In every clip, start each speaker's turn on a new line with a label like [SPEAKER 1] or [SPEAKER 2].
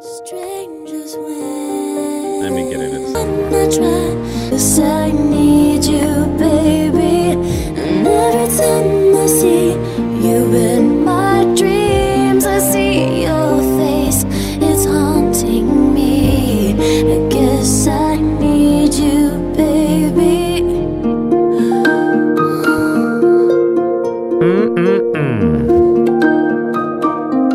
[SPEAKER 1] Strangers when
[SPEAKER 2] Let me get into this.
[SPEAKER 1] I try, 'cause I need you, baby. And every time I see you in my dreams, I see your face. It's haunting me. I guess I need you, baby.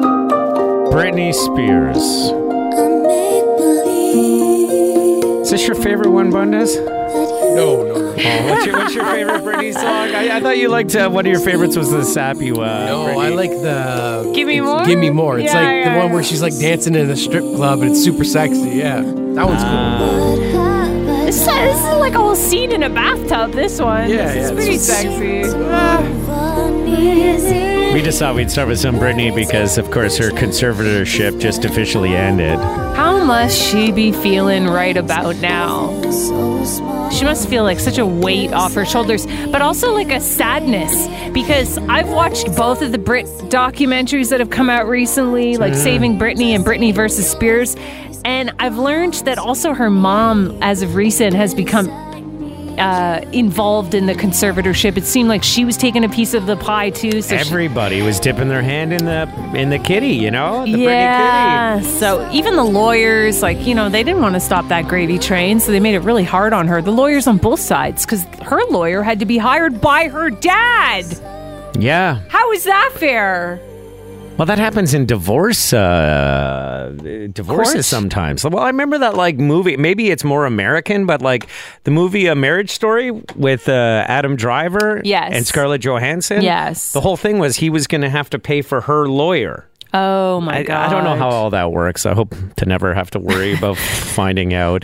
[SPEAKER 2] Britney Spears.
[SPEAKER 1] I make believe
[SPEAKER 2] Is this your favorite one, Bundes?
[SPEAKER 1] that you.
[SPEAKER 3] No, no, no.
[SPEAKER 2] Oh, what's, your, what's your favorite Britney song? I, I thought you liked uh, one of your favorites was the sappy one.
[SPEAKER 3] No, Oh, I like the
[SPEAKER 4] Give Me
[SPEAKER 3] it's
[SPEAKER 4] More?
[SPEAKER 3] Give me more. It's
[SPEAKER 4] Yeah,
[SPEAKER 3] like
[SPEAKER 4] yeah,
[SPEAKER 3] the one
[SPEAKER 4] yeah.
[SPEAKER 3] where she's like dancing in a strip club and it's super sexy. Yeah, that one's
[SPEAKER 2] Ah.
[SPEAKER 3] cool.
[SPEAKER 1] What have I
[SPEAKER 4] This is, this is like a whole scene in a bathtub. This one.
[SPEAKER 3] Yeah,
[SPEAKER 4] This is
[SPEAKER 3] yeah,
[SPEAKER 4] pretty
[SPEAKER 3] it's-
[SPEAKER 4] sexy.
[SPEAKER 1] done? Easy.
[SPEAKER 2] We just thought we'd start with some Britney because, of course, her conservatorship just officially ended.
[SPEAKER 4] How must she be feeling right about now?
[SPEAKER 1] So small.
[SPEAKER 4] She must feel like such a weight off her shoulders, but also like a sadness because I've watched both of the Brit documentaries that have come out recently, like Saving Britney and Britney versus Spears. And I've learned that also her mom, as of recent, has become uh, involved in the conservatorship. It seemed like she was taking a piece of the pie too. So she-
[SPEAKER 2] Everybody was dipping their hand in the in the kitty, you know, the
[SPEAKER 4] yeah. So even the lawyers, like, you know, they didn't want to stop that gravy train, so they made it really hard on her. The lawyers on both sides, because her lawyer had to be hired by her dad.
[SPEAKER 2] Britney kitty. Yeah.
[SPEAKER 4] How is that fair?
[SPEAKER 2] Well, that happens in divorce uh, divorces
[SPEAKER 4] Courts?
[SPEAKER 2] sometimes. Well, I remember that like movie. Maybe it's more American, but like the movie A Marriage Story with uh, Adam Driver,
[SPEAKER 4] Yes.
[SPEAKER 2] and Scarlett Johansson.
[SPEAKER 4] Yes.
[SPEAKER 2] the whole thing was he was going to have to pay for her lawyer.
[SPEAKER 4] Oh my
[SPEAKER 2] I,
[SPEAKER 4] god.
[SPEAKER 2] I don't know how all that works. I hope to never have to worry about finding out.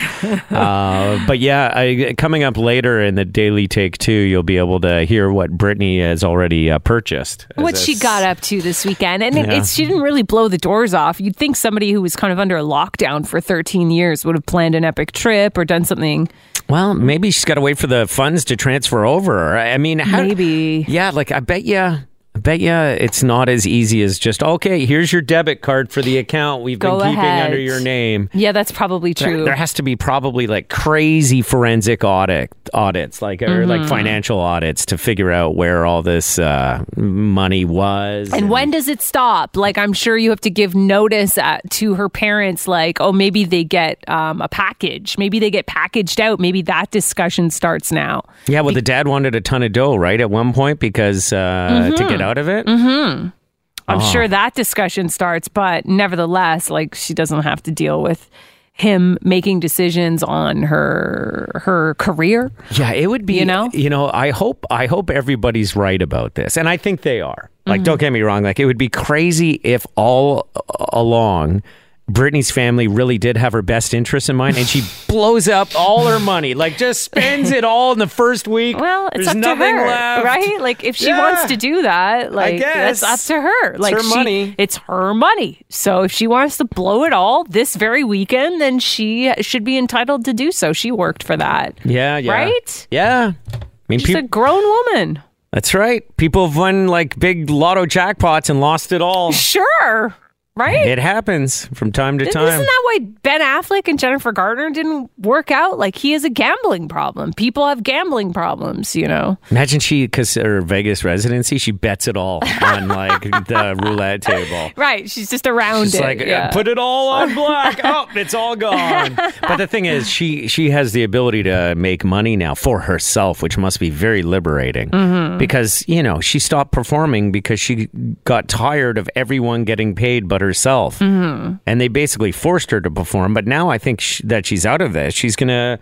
[SPEAKER 2] Uh, but yeah, I, coming up later in the Daily Take Two, you'll be able to hear what Brittany has already uh, purchased. as
[SPEAKER 4] what
[SPEAKER 2] a
[SPEAKER 4] she got up to this weekend, and it,
[SPEAKER 2] Yeah.
[SPEAKER 4] it's, she didn't really blow the doors off. You'd think somebody who was kind of under a lockdown for 13 years would have planned an epic trip or done something.
[SPEAKER 2] Well, maybe she's got to wait for the funds to transfer over. I mean, how,
[SPEAKER 4] Maybe.
[SPEAKER 2] Yeah, like I bet you, I bet you, it's not as easy as just okay. Here's your debit card for the account we've
[SPEAKER 4] Go
[SPEAKER 2] been keeping
[SPEAKER 4] ahead.
[SPEAKER 2] under your name.
[SPEAKER 4] Yeah, that's probably
[SPEAKER 2] There,
[SPEAKER 4] true.
[SPEAKER 2] there has to be probably like crazy forensic audit audits, like or like
[SPEAKER 4] Mm-hmm.
[SPEAKER 2] financial audits to figure out where all this uh, money was.
[SPEAKER 4] And when does it stop? Like, I'm sure you have to give notice uh to her parents, like, oh, maybe they get um, a package. Maybe they get packaged out. Maybe that discussion starts now.
[SPEAKER 2] yeah, well, the dad wanted a ton of dough, right? At one point, because uh, to
[SPEAKER 4] Mm-hmm.
[SPEAKER 2] get out of it.
[SPEAKER 4] I'm sure that discussion starts, but nevertheless, like, she doesn't have to deal with him making decisions on her her career.
[SPEAKER 2] Yeah, it would be.
[SPEAKER 4] You know?
[SPEAKER 2] you know. I hope, I hope everybody's right about this, and I think they are.
[SPEAKER 4] Mm-hmm.
[SPEAKER 2] Like, don't get me wrong. Like, it would be crazy if all uh, along. Brittany's family really did have her best interests in mind, and she blows up all her money, like just spends it all in the first week.
[SPEAKER 4] Well, it's
[SPEAKER 2] There's
[SPEAKER 4] up to
[SPEAKER 2] nothing
[SPEAKER 4] her,
[SPEAKER 2] left.
[SPEAKER 4] right? Like if she
[SPEAKER 2] Yeah.
[SPEAKER 4] wants to do that, like
[SPEAKER 2] guess.
[SPEAKER 4] that's up to her. Like
[SPEAKER 2] her
[SPEAKER 4] she-
[SPEAKER 2] money.
[SPEAKER 4] it's her money. So if she wants to blow it all this very weekend, then she should be entitled to do so. She worked for that.
[SPEAKER 2] Yeah, yeah,
[SPEAKER 4] Right?
[SPEAKER 2] Yeah, I mean,
[SPEAKER 4] She's
[SPEAKER 2] peop-
[SPEAKER 4] a grown woman.
[SPEAKER 2] that's right. People have won like big lotto jackpots and lost it all.
[SPEAKER 4] Sure. Right?
[SPEAKER 2] it happens from time to
[SPEAKER 4] Isn't
[SPEAKER 2] time.
[SPEAKER 4] that why Ben Affleck and Jennifer Gardner didn't work out? Like he has a gambling problem. People have gambling problems, you know.
[SPEAKER 2] Imagine she, because her Vegas residency, she bets it all on like the roulette table.
[SPEAKER 4] Right. She's just around
[SPEAKER 2] It's
[SPEAKER 4] it.
[SPEAKER 2] like "Uh,
[SPEAKER 4] yeah.
[SPEAKER 2] put it all on black. oh, it's all gone. But the thing is, she she has the ability to make money now for herself, which must be very liberating.
[SPEAKER 4] Mm-hmm.
[SPEAKER 2] Because you know she stopped performing because she got tired of everyone getting paid but herself,
[SPEAKER 4] Mm-hmm.
[SPEAKER 2] and they basically forced her to perform. But now I think sh- that she's out of this. She's gonna.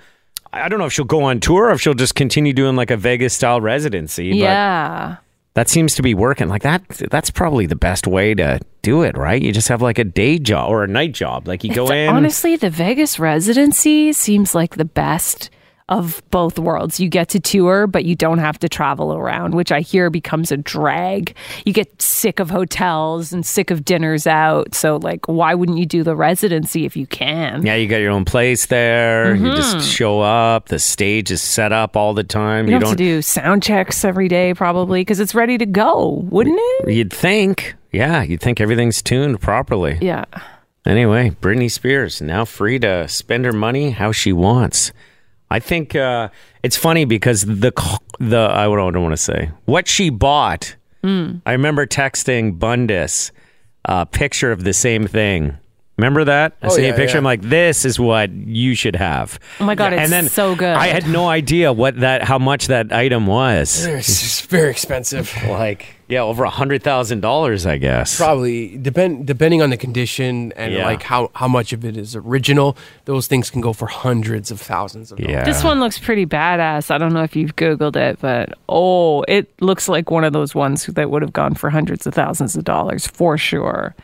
[SPEAKER 2] I I don't know if she'll go on tour or if she'll just continue doing like a Vegas style residency. But
[SPEAKER 4] yeah.
[SPEAKER 2] that seems to be working. Like that that's probably the best way to do it, right? You just have like a day job or a night job. Like you go
[SPEAKER 4] It's-
[SPEAKER 2] in.
[SPEAKER 4] Honestly, the Vegas residency seems like the best of both worlds. You get to tour, but you don't have to travel around, which I hear becomes a drag. You get sick of hotels and sick of dinners out. So, like, why wouldn't you do the residency if you can?
[SPEAKER 2] yeah, you got your own place there. You just show up. The stage is set up all the time.
[SPEAKER 4] Mm-hmm. You
[SPEAKER 2] You
[SPEAKER 4] don't have
[SPEAKER 2] don't.
[SPEAKER 4] to do sound checks every day, probably, because it's ready to go, wouldn't it?
[SPEAKER 2] You'd think. Yeah, you'd think everything's tuned properly.
[SPEAKER 4] Yeah.
[SPEAKER 2] Uh, Anyway, Britney Spears now free to spend her money how she wants. I think uh, it's funny because the co- the I don't, want to say what she bought.
[SPEAKER 4] Hmm.
[SPEAKER 2] I remember texting Bundis a picture of the same thing. Remember that? I
[SPEAKER 3] Oh,
[SPEAKER 2] sent you
[SPEAKER 3] yeah,
[SPEAKER 2] a picture.
[SPEAKER 3] yeah.
[SPEAKER 2] I'm like, this is what you should have.
[SPEAKER 4] Oh my God, it's
[SPEAKER 2] and then
[SPEAKER 4] so good.
[SPEAKER 2] I had no idea what that, how much that item was.
[SPEAKER 3] It's just very expensive.
[SPEAKER 2] Like, yeah, over a hundred thousand dollars, I guess.
[SPEAKER 3] Probably depend depending on the condition and
[SPEAKER 2] Yeah.
[SPEAKER 3] like how how much of it is original. Those things can go for hundreds of thousands of dollars.
[SPEAKER 2] Yeah.
[SPEAKER 4] This one looks pretty badass. I don't know if you've Googled it, but oh, it looks like one of those ones that would have gone for hundreds of thousands of dollars for sure.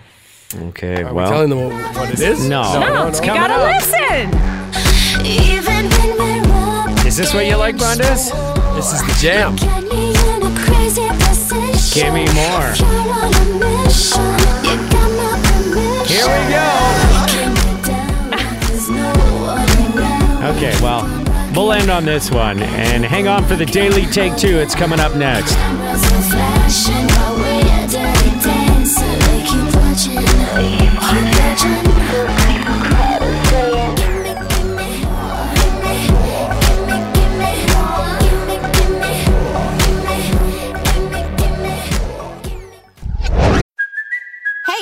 [SPEAKER 2] Okay.
[SPEAKER 3] Are we
[SPEAKER 2] well,
[SPEAKER 3] telling them what, what it is?
[SPEAKER 2] No. No,
[SPEAKER 4] Oh,
[SPEAKER 2] it's
[SPEAKER 4] you
[SPEAKER 2] coming
[SPEAKER 4] gotta
[SPEAKER 2] up.
[SPEAKER 4] listen.
[SPEAKER 1] Even when we're up
[SPEAKER 2] Is this what you like,
[SPEAKER 1] against
[SPEAKER 2] Brandes?
[SPEAKER 1] the wall.
[SPEAKER 3] This is the jam.
[SPEAKER 1] Get me in a crazy position.
[SPEAKER 2] Give me more.
[SPEAKER 1] You're on a mission. You got my permission.
[SPEAKER 2] Here we go.
[SPEAKER 1] Can't get down like there's no one around.
[SPEAKER 2] Okay, well, we'll end on this one and hang on for the daily take two. It's coming up next.
[SPEAKER 1] Cameras are flashing while we're dirty dancing. They keep watching. They keep watching. Give me, give me, give me, give me, give me, give me, give me, give me, give me, give me.
[SPEAKER 5] Hey,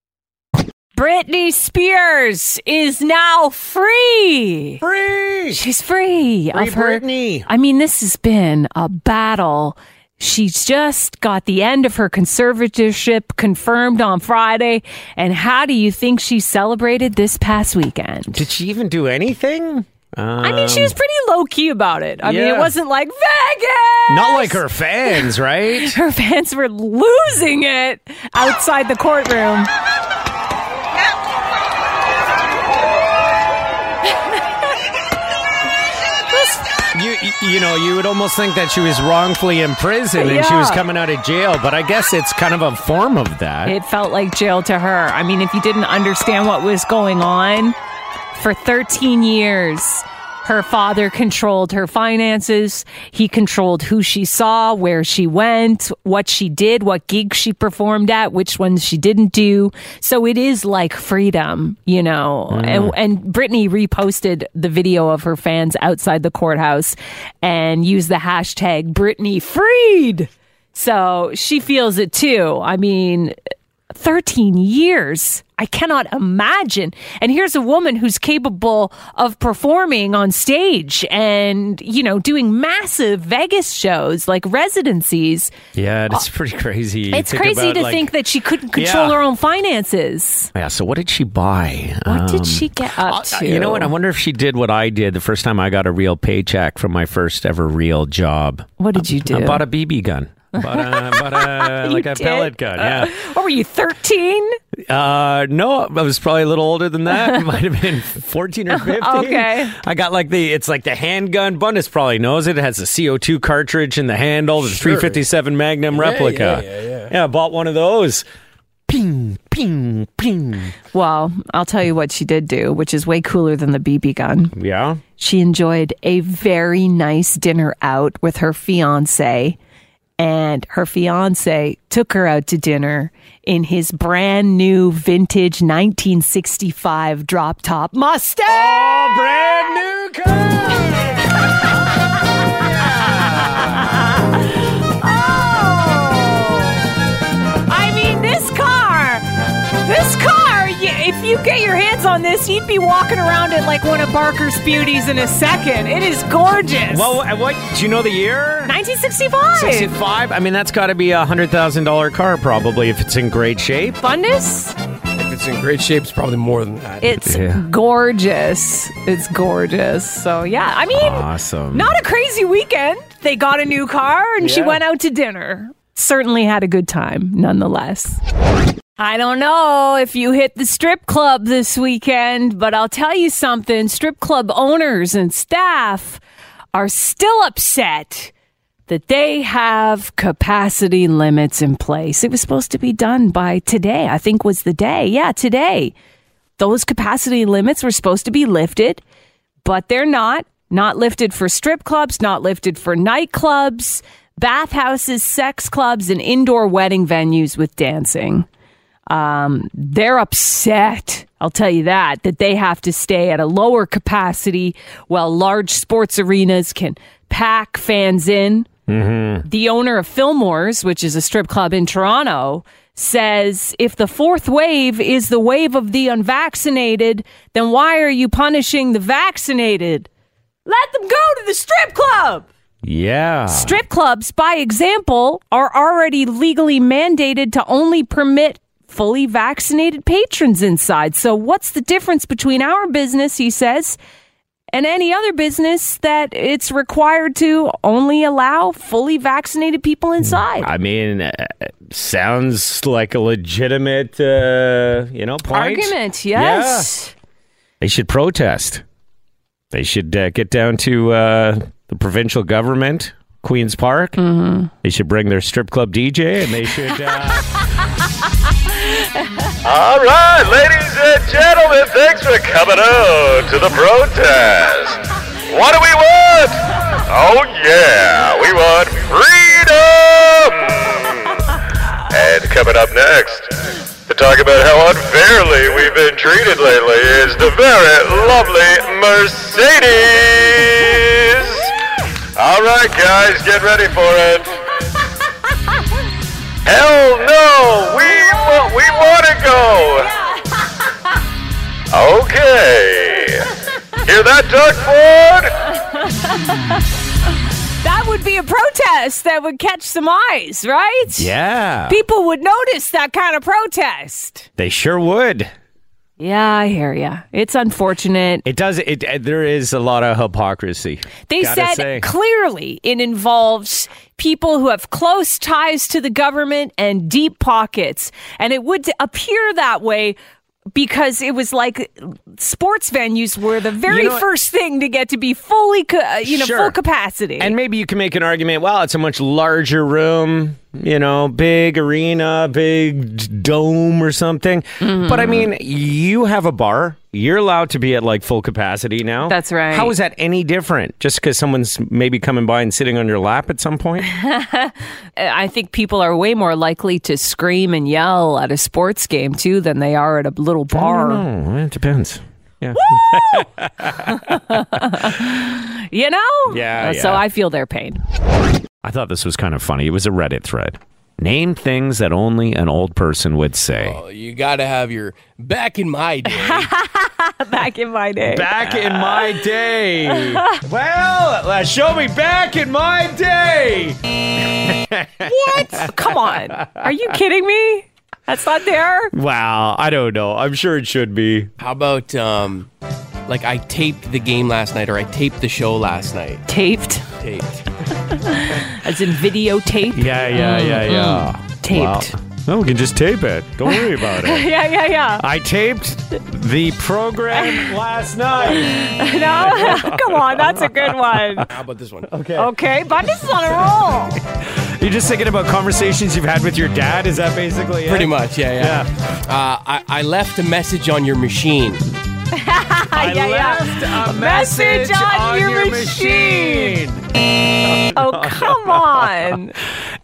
[SPEAKER 4] Britney Spears is now free. Free. She's free, of her.
[SPEAKER 2] Britney.
[SPEAKER 4] I mean, this has been a battle. She's just got the end of her conservatorship confirmed on Friday. And how do you think she celebrated this past weekend?
[SPEAKER 2] Did she even do anything?
[SPEAKER 4] I mean, she was pretty low key about it. I mean,
[SPEAKER 2] Um, yeah.
[SPEAKER 4] it wasn't like Vegas.
[SPEAKER 2] Um, Not like her fans, right?
[SPEAKER 4] Her fans were losing it outside the courtroom.
[SPEAKER 2] you you know, you would almost think that she was wrongfully imprisoned and she
[SPEAKER 4] Yeah.
[SPEAKER 2] was coming out of jail, but I guess it's kind of a form of that.
[SPEAKER 4] It felt like jail to her. I mean, if you didn't understand what was going on, for 13 years, her father controlled her finances. He controlled who she saw, where she went, what she did, what gigs she performed at, which ones she didn't do. So it is like freedom, you know. And, and Brittany reposted the video of her fans outside the courthouse and used the hashtag Brittany freed. So she feels it too. I mean, 13 years. I cannot imagine. And here's a woman who's capable of performing on stage and, you know, doing massive Vegas shows like residencies.
[SPEAKER 2] yeah, it's pretty crazy. You
[SPEAKER 4] uh, It's
[SPEAKER 2] think
[SPEAKER 4] crazy
[SPEAKER 2] about,
[SPEAKER 4] to
[SPEAKER 2] like-
[SPEAKER 4] think that she couldn't control
[SPEAKER 2] Yeah.
[SPEAKER 4] her own finances.
[SPEAKER 2] Yeah, so what did she buy?
[SPEAKER 4] What did she get up
[SPEAKER 2] Uh,
[SPEAKER 4] to?
[SPEAKER 2] You know what? I wonder if she did what I did the first time I got a real paycheck from my first ever real job.
[SPEAKER 4] What did you do?
[SPEAKER 2] I bought a BB gun. Bought a, bought a like a
[SPEAKER 4] did?
[SPEAKER 2] pellet gun. Yeah.
[SPEAKER 3] Uh.
[SPEAKER 4] what were you, 13?
[SPEAKER 2] Uh, no, I was probably a little older than that. Might have been fourteen or fifteen.
[SPEAKER 4] Okay.
[SPEAKER 2] I got like the it's like the handgun. Bundes probably knows it. It has a CO two cartridge in the handle. The three fifty seven Magnum replica.
[SPEAKER 3] yeah, yeah, yeah.
[SPEAKER 2] I bought one of those. ping, ping, ping.
[SPEAKER 4] Well, I'll tell you what she did do, which is way cooler than the BB gun.
[SPEAKER 2] Yeah.
[SPEAKER 4] She enjoyed a very nice dinner out with her fiance, and her fiance took her out to dinner in his brand new vintage 1965 drop top Mustang.
[SPEAKER 2] Oh, brand new car.
[SPEAKER 4] Oh! I mean, this car, this car, y- if you get your hands on this, you'd be walking around in like one of Barker's beauties in a second. It is gorgeous.
[SPEAKER 2] well, what, Oh, what? Do you know the year?
[SPEAKER 4] 1965.
[SPEAKER 2] 65? I mean, that's got to be a $100,000 car probably if it's in great shape.
[SPEAKER 4] Fundus?
[SPEAKER 3] If it's in great shape, it's probably more than that.
[SPEAKER 4] It's
[SPEAKER 2] Yeah.
[SPEAKER 4] gorgeous. It's gorgeous. So, yeah, I mean,
[SPEAKER 2] Awesome.
[SPEAKER 4] not a crazy weekend. They got a new car and she
[SPEAKER 3] Yeah.
[SPEAKER 4] went out to dinner. Certainly had a good time, nonetheless. I don't know if you hit the strip club this weekend, but I'll tell you something strip club owners and staff are still upset that they have capacity limits in place. It was supposed to be done by today, I think was the day. Yeah, today. Those capacity limits were supposed to be lifted, but they're not. Not lifted for strip clubs, not lifted for nightclubs, bathhouses, sex clubs, and indoor wedding venues with dancing. Um, they're upset, I'll tell you that, that they have to stay at a lower capacity while large sports arenas can pack fans in the owner of Fillmore's, which is a strip club in Toronto, says if the fourth wave is the wave of the unvaccinated, then why are you punishing the vaccinated? Let them go to the strip club.
[SPEAKER 2] Yeah.
[SPEAKER 4] Strip clubs, by example, are already legally mandated to only permit fully vaccinated patrons inside. So, what's the difference between our business, he says, and any other business that it's required to only allow fully vaccinated people inside?
[SPEAKER 2] I mean, uh, sounds like a legitimate, uh, you know, point.
[SPEAKER 4] Argument,
[SPEAKER 2] Yeah.
[SPEAKER 4] yes.
[SPEAKER 2] They should protest. They should uh, get down to uh, the provincial government, Queen's Park. Mm-hmm. They should bring their strip club DJ and they should. Uh,
[SPEAKER 6] All right, ladies and gentlemen, thanks for coming out to the protest. What do we want? Oh, yeah, we want freedom! And coming up next, to talk about how unfairly we've been treated lately is the very lovely Mercedes! All right, guys, get ready for it. Hell no! We, wa- we want to go! Okay. Hear that, Doug Ford?
[SPEAKER 4] That would be a protest that would catch some eyes, right?
[SPEAKER 2] yeah.
[SPEAKER 4] People would notice that kind of protest.
[SPEAKER 2] They sure would.
[SPEAKER 4] Yeah, I hear ya. It's unfortunate.
[SPEAKER 2] It does. It, uh there is a lot of hypocrisy.
[SPEAKER 4] They
[SPEAKER 2] Gotta
[SPEAKER 4] said
[SPEAKER 2] say.
[SPEAKER 4] clearly it involves people who have close ties to the government and deep pockets. And it would appear that way because it was like sports venues were the very
[SPEAKER 2] You know what?
[SPEAKER 4] first thing to get to be fully, ca- uh, you know,
[SPEAKER 2] Sure.
[SPEAKER 4] full capacity.
[SPEAKER 2] And maybe you can make an argument. Well, it's a much larger room, you know, big arena, big d- dome or something.
[SPEAKER 4] Mm-hmm.
[SPEAKER 2] But I mean, you have a bar. You're allowed to be at like full capacity now.
[SPEAKER 4] That's right.
[SPEAKER 2] How is that any different? Just because someone's maybe coming by and sitting on your lap at some point?
[SPEAKER 4] Uh, I think people are way more likely to scream and yell at a sports game too than they are at a little bar.
[SPEAKER 2] oh, it depends. Yeah.
[SPEAKER 4] You know?
[SPEAKER 2] Yeah,
[SPEAKER 4] Uh, So
[SPEAKER 2] yeah.
[SPEAKER 4] I feel their pain.
[SPEAKER 2] I thought this was kind of funny. It was a Reddit thread. Name things that only an old person would say.
[SPEAKER 3] you got to have your back in my day.
[SPEAKER 4] Back in my day.
[SPEAKER 2] Back in my day. well, uh, show me back in my day.
[SPEAKER 4] What? Come on. Are you kidding me? That's not there.
[SPEAKER 2] Wow, I don't know. I'm sure it should be.
[SPEAKER 3] How about um like I taped the game last night or I taped the show last night.
[SPEAKER 4] Taped,
[SPEAKER 3] Taped.
[SPEAKER 4] as in videotape.
[SPEAKER 2] Yeah, yeah, yeah, yeah.
[SPEAKER 4] Taped.
[SPEAKER 2] No, we can just tape it. Don't worry about it.
[SPEAKER 4] Yeah, yeah, yeah.
[SPEAKER 2] I taped the program last night.
[SPEAKER 4] No? Come on. That's a good one.
[SPEAKER 3] How about this one?
[SPEAKER 4] Okay, but this is on a roll.
[SPEAKER 2] You're just thinking about conversations you've had with your dad. Is that basically it?
[SPEAKER 3] Pretty much, yeah, yeah. Uh, I, I left a message on your machine.
[SPEAKER 2] I
[SPEAKER 4] yeah, yeah.
[SPEAKER 2] left a
[SPEAKER 4] Message
[SPEAKER 2] message
[SPEAKER 4] on
[SPEAKER 2] on
[SPEAKER 4] your
[SPEAKER 2] your
[SPEAKER 4] machine.
[SPEAKER 2] machine.
[SPEAKER 4] Oh, come on.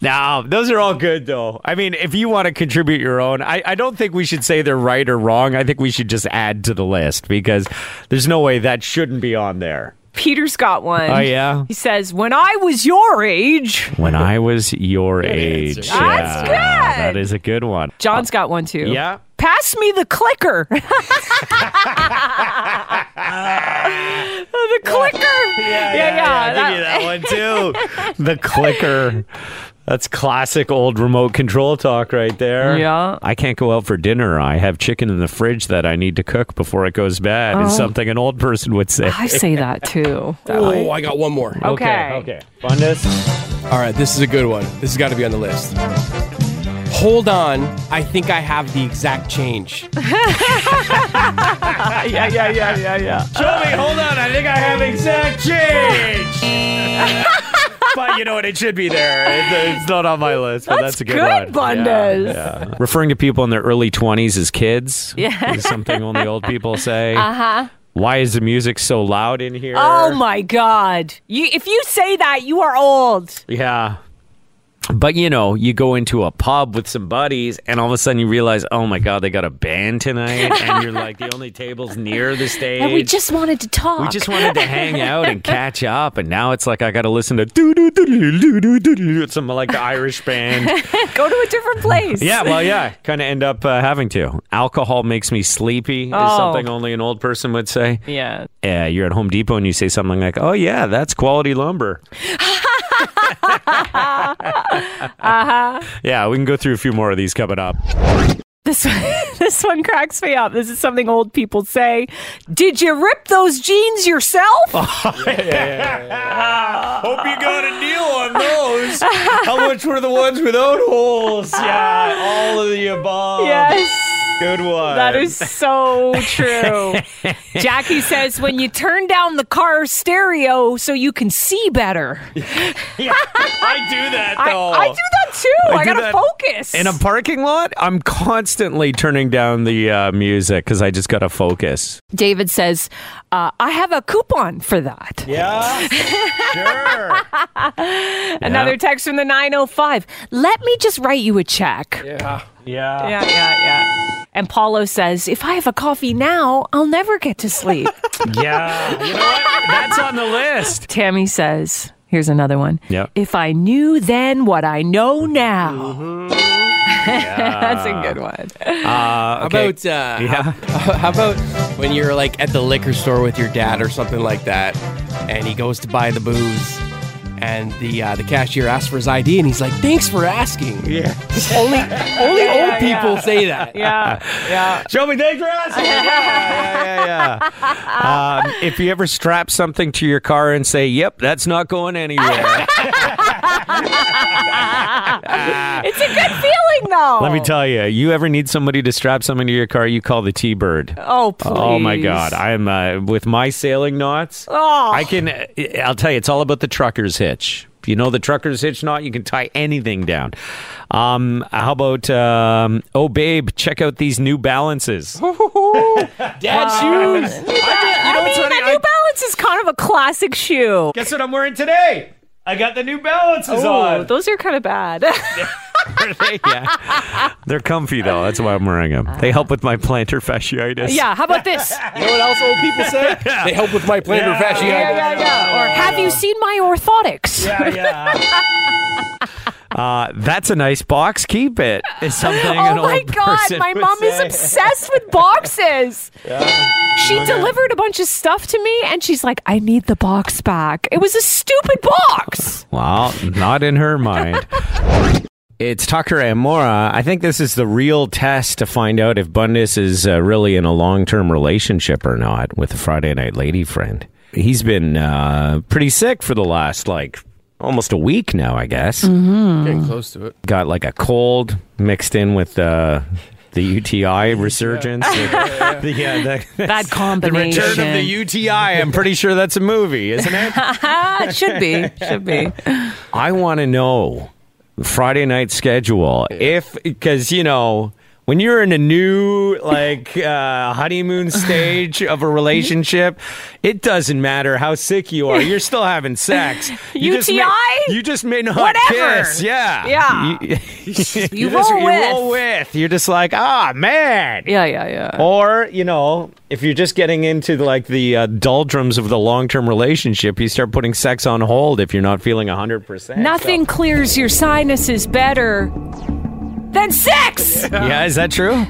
[SPEAKER 2] Now, those are all good, though. I mean, if you want to contribute your own, I, I don't think we should say they're right or wrong. I think we should just add to the list because there's no way that shouldn't be on there.
[SPEAKER 4] Peter's got one.
[SPEAKER 2] Oh, yeah?
[SPEAKER 4] He says, When I was your age,
[SPEAKER 2] When I was your age.
[SPEAKER 3] answer.
[SPEAKER 4] That's
[SPEAKER 2] Yeah,
[SPEAKER 4] good.
[SPEAKER 2] That is a good one.
[SPEAKER 4] John's got one too.
[SPEAKER 2] Yeah.
[SPEAKER 4] Pass me the clicker. Oh, the clicker. Yeah, yeah. that-
[SPEAKER 2] I give you that one too. the clicker. That's classic old remote control talk right there.
[SPEAKER 4] Yeah.
[SPEAKER 2] I can't go out for dinner. I have chicken in the fridge that I need to cook before it goes bad, is something an old person would say.
[SPEAKER 4] I say that too.
[SPEAKER 3] Oh, I got one more.
[SPEAKER 4] Okay.
[SPEAKER 2] Okay. Fundus.
[SPEAKER 3] All right, this is a good one. This has got to be on the list. Hold on, I think I have the exact change.
[SPEAKER 2] Yeah, yeah, yeah, yeah, yeah. Show me. Hold on. I think I have exact change. but you know what? It should be there. It's, it's not on my list, but that's, a good,
[SPEAKER 4] good,
[SPEAKER 2] one. Yeah,
[SPEAKER 4] Bundes.
[SPEAKER 2] yeah. Referring to people in their early 20s as kids yeah. is something only old people say. Uh huh. Why is the music so loud in here?
[SPEAKER 4] Oh my God! You, if you say that, you are old.
[SPEAKER 2] Yeah. But you know, you go into a pub with some buddies, and all of a sudden you realize, oh my god, they got a band tonight, and you're like the only tables near the stage.
[SPEAKER 7] And we just wanted to talk.
[SPEAKER 2] We just wanted to hang out and catch up, and now it's like I got to listen to doo doo doo doo doo doo doo doo some like Irish band.
[SPEAKER 4] Go to a different place.
[SPEAKER 2] yeah, well, yeah, kind of end up uh, having to. Alcohol makes me sleepy is
[SPEAKER 4] Oh.
[SPEAKER 2] something only an old person would say.
[SPEAKER 4] Yeah.
[SPEAKER 2] Uh, you're at Home Depot and you say something like, "Oh yeah, that's quality lumber."
[SPEAKER 4] Uh-huh.
[SPEAKER 2] Yeah, we can go through a few more of these coming up.
[SPEAKER 4] This this one cracks me up. This is something old people say. Did you rip those jeans yourself?
[SPEAKER 2] Hope you got a deal on those. How much were the ones without holes? Yeah, all of the above.
[SPEAKER 4] Yes.
[SPEAKER 2] Good one.
[SPEAKER 4] That is so true. Jackie says when you turn down the car stereo so you can see better.
[SPEAKER 2] Yeah, I do that
[SPEAKER 4] I,
[SPEAKER 2] though.
[SPEAKER 4] I do that too. I,
[SPEAKER 2] do
[SPEAKER 4] gotta
[SPEAKER 2] that
[SPEAKER 4] focus.
[SPEAKER 2] In a parking lot, I'm constantly turning down the uh, music because I just gotta focus.
[SPEAKER 4] David says, uh, I have a coupon for that.
[SPEAKER 2] Yeah, sure.
[SPEAKER 4] Another text from the 905. Let me just write you a check. Yeah,
[SPEAKER 2] Yeah.
[SPEAKER 4] yeah, yeah. And Paulo says, if I have a coffee now, I'll never get to sleep.
[SPEAKER 2] Yeah. You know what? That's on the list.
[SPEAKER 4] Tammy says, here's another one.
[SPEAKER 2] Yeah.
[SPEAKER 4] If I knew then what I know now.
[SPEAKER 2] Mm-hmm.
[SPEAKER 4] That's a good one.
[SPEAKER 2] Uh,
[SPEAKER 3] How
[SPEAKER 2] okay.
[SPEAKER 3] about uh,
[SPEAKER 2] Yeah.
[SPEAKER 3] how, how about when you're like at the liquor store with your dad or something like that, and he goes to buy the booze, and the uh, the cashier asks for his ID, and he's like, "Thanks for asking." Yeah. only only old people say that.
[SPEAKER 4] Yeah. Yeah.
[SPEAKER 2] Show me dangerous. yeah, yeah, yeah. yeah. um, if you ever strap something to your car and say, "Yep, that's not going anywhere,"
[SPEAKER 4] It's a good feeling, though.
[SPEAKER 2] let me tell you. You ever need somebody to strap something to your car, you call the T-Bird.
[SPEAKER 4] Oh, please.
[SPEAKER 2] Oh my God! I'm uh, with my sailing knots.
[SPEAKER 4] Oh.
[SPEAKER 2] I can. eh, I'll tell you, it's all about the trucker's hitch. If you know the trucker's hitch knot, you can tie anything down. Um, how about, um, oh babe, check out these New Balances.
[SPEAKER 3] Dad shoes.
[SPEAKER 4] I mean, the New Balance is kind of a classic shoe.
[SPEAKER 2] Guess what I'm wearing today? I got the New Balances
[SPEAKER 4] Ooh, those are kind of bad.
[SPEAKER 2] yeah. They're comfy though. That's why I'm wearing them. They help with my plantar fasciitis.
[SPEAKER 4] yeah, how about this?
[SPEAKER 3] You know what else old people say? They help with my plantar
[SPEAKER 2] Yeah.
[SPEAKER 3] fasciitis.
[SPEAKER 4] Yeah, yeah, yeah. Or have you seen my orthotics?
[SPEAKER 2] Yeah, yeah. Uh, that's a nice box. Keep it. Is something
[SPEAKER 4] Oh
[SPEAKER 2] an
[SPEAKER 4] my
[SPEAKER 2] old
[SPEAKER 4] god,
[SPEAKER 2] person
[SPEAKER 4] my
[SPEAKER 2] would
[SPEAKER 4] mom is
[SPEAKER 2] say.
[SPEAKER 4] obsessed with boxes. She delivered a bunch of stuff to me and she's like, I need the box back. It was a stupid box.
[SPEAKER 2] Well, not in her mind. It's Tucker and Mora. I think this is the real test to find out if Bundus is uh, really in a long term relationship or not with a Friday night lady friend. He's been uh, pretty sick for the last, like, almost a week now, I guess.
[SPEAKER 4] Mm-hmm.
[SPEAKER 3] Getting close to it.
[SPEAKER 2] Got like a cold mixed in with uh, the UTI resurgence. The, yeah, the,
[SPEAKER 4] Bad combination.
[SPEAKER 2] return of the UTI. I'm pretty sure that's a movie, isn't it?
[SPEAKER 4] ah, it should be. Should be.
[SPEAKER 2] I want to know Friday night schedule. If because you know when you're in a new like uh, honeymoon stage of a relationship, it doesn't matter how sick you are. You're still having sex. You just may,
[SPEAKER 4] UTI?
[SPEAKER 2] you just may not
[SPEAKER 4] Whatever.
[SPEAKER 2] kiss. Yeah.
[SPEAKER 4] Yeah.
[SPEAKER 2] You, you
[SPEAKER 4] roll
[SPEAKER 2] just-
[SPEAKER 4] with.
[SPEAKER 2] You roll with. Oh You're just like ah man.
[SPEAKER 4] Yeah, yeah, yeah.
[SPEAKER 2] Or you know, if you're just getting into like the uh, doldrums of the long-term relationship, you start putting sex on hold if you're not feeling hundred percent.
[SPEAKER 4] Nothing clears your sinuses better than sex.
[SPEAKER 2] Yeah, is that true?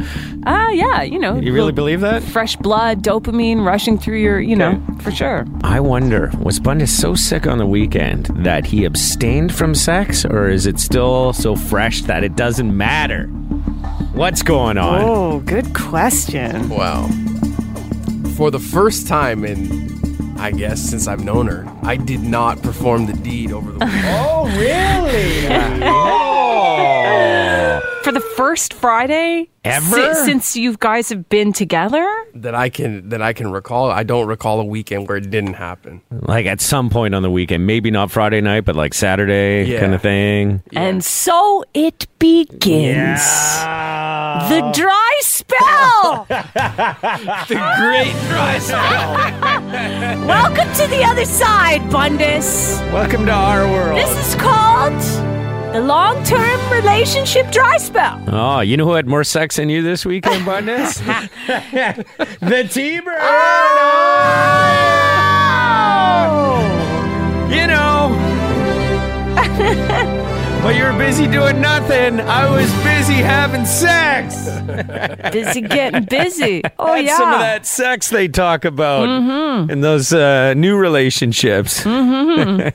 [SPEAKER 4] Ah, yeah, you know.
[SPEAKER 2] You really believe that?
[SPEAKER 4] fresh blood, dopamine rushing through your, you know, for sure.
[SPEAKER 2] I wonder, was Bundes so sick on the weekend that he abstained from sex, or is it still so fresh that it doesn't matter? What's going on?
[SPEAKER 8] Oh, good question.
[SPEAKER 3] Wow. For the first time in, I guess, since I've known her, I did not perform the deed over the weekend.
[SPEAKER 4] For the first Friday
[SPEAKER 2] Ever?
[SPEAKER 4] si- since you guys have been together?
[SPEAKER 3] that I can that I can recall. I don't recall a weekend where it didn't happen.
[SPEAKER 2] Like at some point on the weekend, maybe not Friday night, but like Saturday
[SPEAKER 3] Yeah.
[SPEAKER 2] kind of thing.
[SPEAKER 4] And so it begins. The dry spell.
[SPEAKER 3] The great dry
[SPEAKER 4] Welcome to the other side, Bundus.
[SPEAKER 2] Welcome to our world.
[SPEAKER 4] This is called the long-term relationship dry spell.
[SPEAKER 2] Oh, you know who had more sex than you this weekend, Bundes? the T-Bird. Oh! You know. but you're busy doing nothing. I was busy having sex.
[SPEAKER 4] Busy getting busy. Oh
[SPEAKER 2] That's
[SPEAKER 4] yeah.
[SPEAKER 2] some of that sex they talk about in those uh, new relationships.
[SPEAKER 3] Yeah,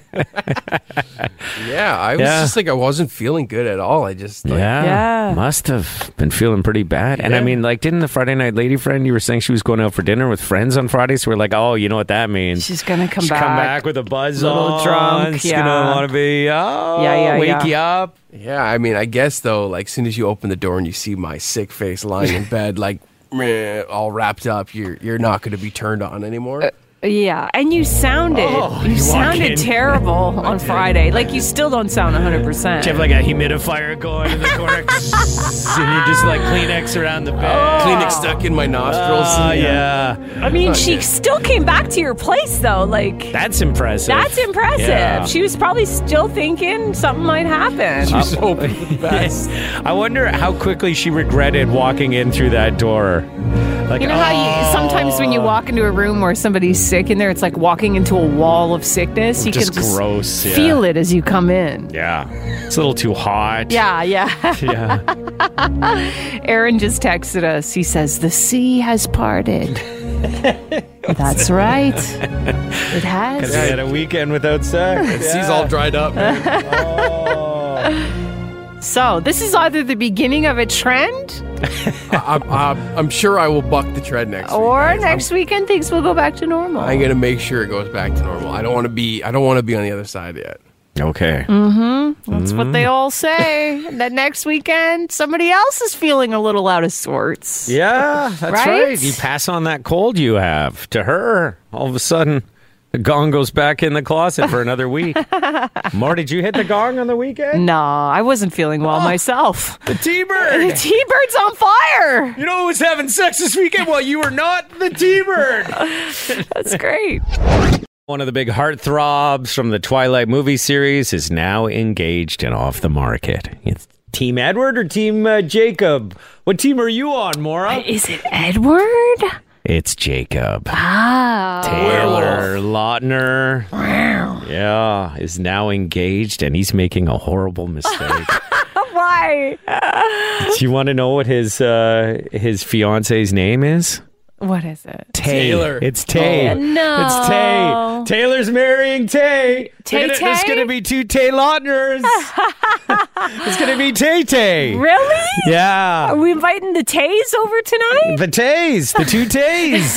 [SPEAKER 3] I was
[SPEAKER 2] Yeah.
[SPEAKER 3] just like I wasn't feeling good at all. I just like,
[SPEAKER 2] Yeah,
[SPEAKER 4] Yeah.
[SPEAKER 2] Must have been feeling pretty bad. And I
[SPEAKER 3] Yeah.
[SPEAKER 2] mean, like, didn't the Friday night lady friend you were saying she was going out for dinner with friends on Friday? So we're like, oh, you know what that means.
[SPEAKER 4] She's gonna come
[SPEAKER 2] She
[SPEAKER 4] back.
[SPEAKER 2] come back with a buzz
[SPEAKER 4] Little
[SPEAKER 2] on.
[SPEAKER 4] drunk,
[SPEAKER 2] It's
[SPEAKER 4] yeah.
[SPEAKER 2] gonna want to be oh,
[SPEAKER 4] Yeah, yeah,
[SPEAKER 2] wake
[SPEAKER 4] yeah.
[SPEAKER 2] you up.
[SPEAKER 3] yeah. I mean, I guess though, like soon as you open the door and you see my sick face lying in bed, like meh, all wrapped up, you're you're not going to be turned on
[SPEAKER 2] Uh,
[SPEAKER 3] anymore.
[SPEAKER 4] Yeah, and you sounded
[SPEAKER 2] Oh,
[SPEAKER 4] you, sounded
[SPEAKER 2] in.
[SPEAKER 4] terrible on Friday. Like you still don't sound 100%.
[SPEAKER 2] You have like a humidifier going in the corner, and you're just like Kleenex around the bed.
[SPEAKER 4] Oh.
[SPEAKER 3] Kleenex stuck in my nostrils.
[SPEAKER 2] Oh yeah,
[SPEAKER 4] I mean, she still came back to your place though. Like
[SPEAKER 2] that's impressive.
[SPEAKER 4] that's impressive.
[SPEAKER 2] Yeah.
[SPEAKER 4] She was probably still thinking something might happen.
[SPEAKER 3] Just hoping for the best.
[SPEAKER 2] I wonder how quickly she regretted walking in through that door. Like, oh,
[SPEAKER 4] You know how you sometimes when you walk into a room where somebody's sick in there, it's like walking into a wall of sickness. You
[SPEAKER 2] Just
[SPEAKER 4] can just
[SPEAKER 2] gross, yeah.
[SPEAKER 4] feel it as you come in.
[SPEAKER 2] Yeah, it's a little too hot.
[SPEAKER 4] Yeah, yeah.
[SPEAKER 2] yeah.
[SPEAKER 4] Aaron just texted us. He says, The sea has parted. That's right. It
[SPEAKER 2] Because I
[SPEAKER 4] has.
[SPEAKER 2] had a weekend without sex.
[SPEAKER 3] He's all dried up.
[SPEAKER 4] So, this is either the beginning of a trend
[SPEAKER 3] I'm, I'm, I'm sure I will buck the tread next week.
[SPEAKER 4] or
[SPEAKER 3] guys.
[SPEAKER 4] next weekend things will go back to normal.
[SPEAKER 3] I'm gonna make sure it goes back to normal. I don't want to be. I don't want to be on the other side yet.
[SPEAKER 2] Okay.
[SPEAKER 4] That's what
[SPEAKER 2] Mm.
[SPEAKER 4] they all say. that next weekend, somebody else is feeling a little out of sorts.
[SPEAKER 2] Yeah, that's right?
[SPEAKER 4] Right?
[SPEAKER 2] You pass on that cold you have to her. All of a sudden, the gong goes back in the closet for another week. More, did you hit the gong on the weekend?
[SPEAKER 4] No, I wasn't feeling
[SPEAKER 2] Oh.
[SPEAKER 4] well myself.
[SPEAKER 2] The T
[SPEAKER 4] The
[SPEAKER 2] Bird.
[SPEAKER 4] T Bird's on fire.
[SPEAKER 2] You know who was having sex this weekend? Well, you were not the T Bird.
[SPEAKER 4] That's great.
[SPEAKER 2] One of the big heartthrobs from the Twilight movie series is now engaged and off the market. It's Team Edward or Team uh, Jacob? What team are you on, Mora?
[SPEAKER 4] Is it Edward?
[SPEAKER 2] It's Jacob. Taylor Lautner. Yeah, is now engaged and he's making a horrible mistake.
[SPEAKER 4] Why?
[SPEAKER 2] Do you want to know what his uh, his fiance's name is?
[SPEAKER 4] What is it?
[SPEAKER 2] Tay.
[SPEAKER 3] Taylor.
[SPEAKER 2] It's Tay.
[SPEAKER 4] Oh, no.
[SPEAKER 2] It's Tay. Taylor's marrying Tay.
[SPEAKER 4] Tay
[SPEAKER 2] They're gonna- There's
[SPEAKER 4] Tay?
[SPEAKER 2] going to be two Tay Lautners. it's going to be Tay Tay.
[SPEAKER 4] Really? Are
[SPEAKER 2] Yeah.
[SPEAKER 4] we inviting the Tays over tonight?
[SPEAKER 2] The Tays. The two Tays.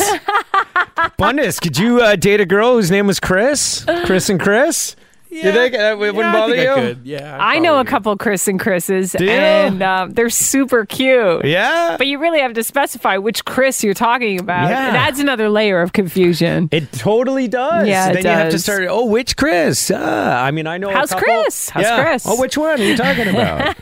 [SPEAKER 2] Bundes, could you uh, date a girl whose name was Chris? Chris and Chris? You think that wouldn't
[SPEAKER 3] Yeah, I
[SPEAKER 2] bother
[SPEAKER 3] think I
[SPEAKER 2] you?
[SPEAKER 3] could. Yeah,
[SPEAKER 4] I know a
[SPEAKER 3] probably
[SPEAKER 4] couple Chris and Chris's,
[SPEAKER 2] you?
[SPEAKER 4] and um, they're super cute.
[SPEAKER 2] Yeah.
[SPEAKER 4] But you really have to specify which Chris you're talking about.
[SPEAKER 2] Yeah.
[SPEAKER 4] It adds another layer of confusion.
[SPEAKER 2] It totally does.
[SPEAKER 4] Yeah, it
[SPEAKER 2] then you have to
[SPEAKER 4] does.
[SPEAKER 2] start. Oh, which Chris? Ah, I mean, I know. a
[SPEAKER 4] How's
[SPEAKER 2] couple-
[SPEAKER 4] Chris? How's
[SPEAKER 2] Yeah.
[SPEAKER 4] Chris?
[SPEAKER 2] Oh, which one are you talking about?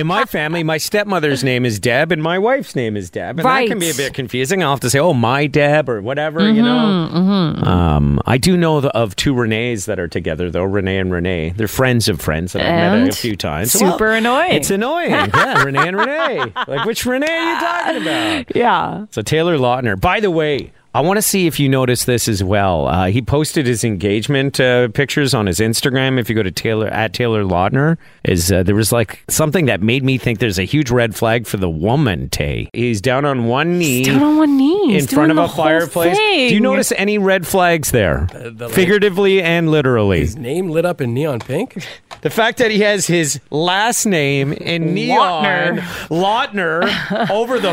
[SPEAKER 2] In my family, my stepmother's name is Deb, and my wife's name is Deb, and
[SPEAKER 4] Right. Mm-hmm,
[SPEAKER 2] that can be a bit confusing. I'll have to say, "Oh, my Deb" or whatever, you know. Um, I do know the, of two Renees that are together, though Renee and Renee. They're friends of friends that I've met a- a,
[SPEAKER 4] And
[SPEAKER 2] few times.
[SPEAKER 4] super annoying.
[SPEAKER 2] It's annoying. Yeah, Renee and Renee. Like, which Renee are you talking about?
[SPEAKER 4] yeah.
[SPEAKER 2] So Taylor Lautner. By the way, I want to see if you notice this as well. Uh, he posted his engagement uh, pictures on his Instagram. If you go to Taylor at Taylor Lautner, is uh, there was like something that made me think there's a huge red flag for the woman. Tay, he's down on one knee.
[SPEAKER 4] Down on one knee.
[SPEAKER 2] in
[SPEAKER 4] He's
[SPEAKER 2] front of
[SPEAKER 4] doing
[SPEAKER 2] a
[SPEAKER 4] the whole
[SPEAKER 2] fireplace. Do you
[SPEAKER 4] thing.
[SPEAKER 2] notice any red flags there?
[SPEAKER 3] the leg-
[SPEAKER 2] Figuratively and literally.
[SPEAKER 3] His name lit up in neon pink.
[SPEAKER 2] The fact that he has his last name in neon Lautner, over the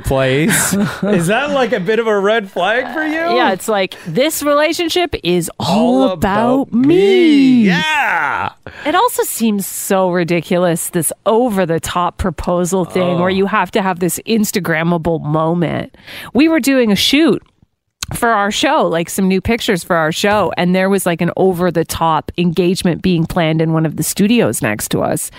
[SPEAKER 2] fireplace is that like a bit of a red flag for you?
[SPEAKER 4] Yeah, it's like this relationship is all, about, me.
[SPEAKER 2] Yeah.
[SPEAKER 4] It also seems so ridiculous this over the top proposal thing
[SPEAKER 2] Oh.
[SPEAKER 4] where you have to have this Instagrammable moment. We were doing a shoot for our show, like some new pictures for our show, and there was like an over the top engagement being planned in one of the studios next to us.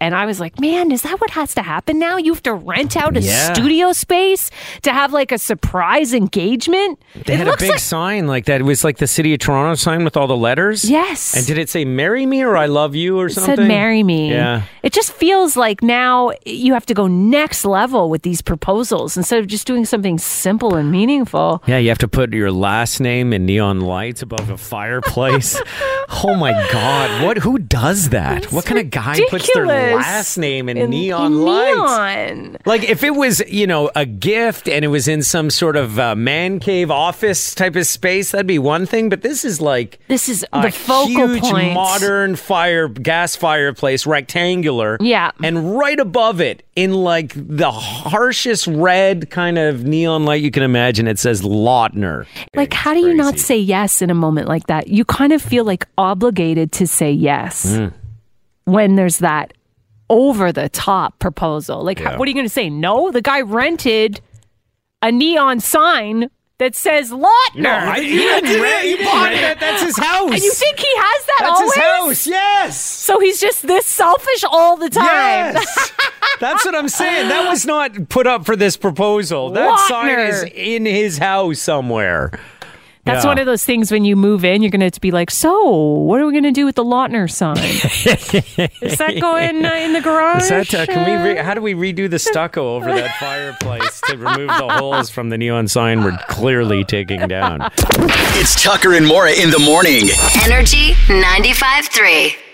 [SPEAKER 4] And I was like, man, is that what has to happen now? You have to rent out a
[SPEAKER 2] Yeah.
[SPEAKER 4] studio space to have like a surprise engagement?
[SPEAKER 2] They had a big sign like that. It was like the city of Toronto sign with all the letters.
[SPEAKER 4] Yes.
[SPEAKER 2] And did it say "Marry me" or "I love you" or something?
[SPEAKER 4] said marry me.
[SPEAKER 2] Yeah.
[SPEAKER 4] It just feels like now you have to go next level with these proposals instead of just doing something simple and meaningful.
[SPEAKER 2] Yeah, you have to put your last name in neon lights above a fireplace. oh my God! What? Who does that? what kind of guy puts their
[SPEAKER 4] ridiculous.
[SPEAKER 2] last name in,
[SPEAKER 4] In-
[SPEAKER 2] neon
[SPEAKER 4] in
[SPEAKER 2] lights?
[SPEAKER 4] neon.
[SPEAKER 2] Like if it was, you know, a gift and it was in some sort of uh, man cave office type of space, that'd be one thing. But this is like
[SPEAKER 4] This is
[SPEAKER 2] a
[SPEAKER 4] the focal
[SPEAKER 2] huge
[SPEAKER 4] point.
[SPEAKER 2] modern fire gas fireplace, rectangular.
[SPEAKER 4] Yeah.
[SPEAKER 2] and right above it, in like the harshest red kind of neon light you can imagine, it says Lautner.
[SPEAKER 4] Like, how do you not say yes in a moment like that? You kind of feel like obligated to say yes
[SPEAKER 2] Hmm.
[SPEAKER 4] when there's that over the top proposal. Like, how, what are you going to say? No, the guy rented a neon sign that says Lautner.
[SPEAKER 2] I, Oh, you, you bought that. That's his house.
[SPEAKER 4] and you think he has that
[SPEAKER 2] That's
[SPEAKER 4] always?
[SPEAKER 2] his house. Yes.
[SPEAKER 4] So he's just this selfish all the time.
[SPEAKER 2] Yes. That's what I'm saying. That was not put up for this proposal. That sign
[SPEAKER 4] Lautner.
[SPEAKER 2] is in his house somewhere.
[SPEAKER 4] That's
[SPEAKER 2] Yeah.
[SPEAKER 4] one of those things when you move in, you're going to have to be like, so what are we going to do with the Lautner sign? Is that going uh, in the garage?
[SPEAKER 2] Is that, uh, can
[SPEAKER 4] Uh,
[SPEAKER 2] we re- how do we redo the stucco over that fireplace to remove the holes from the neon sign we're clearly taking down?
[SPEAKER 6] It's Tucker and Mora in the morning.
[SPEAKER 1] Energy 95.3.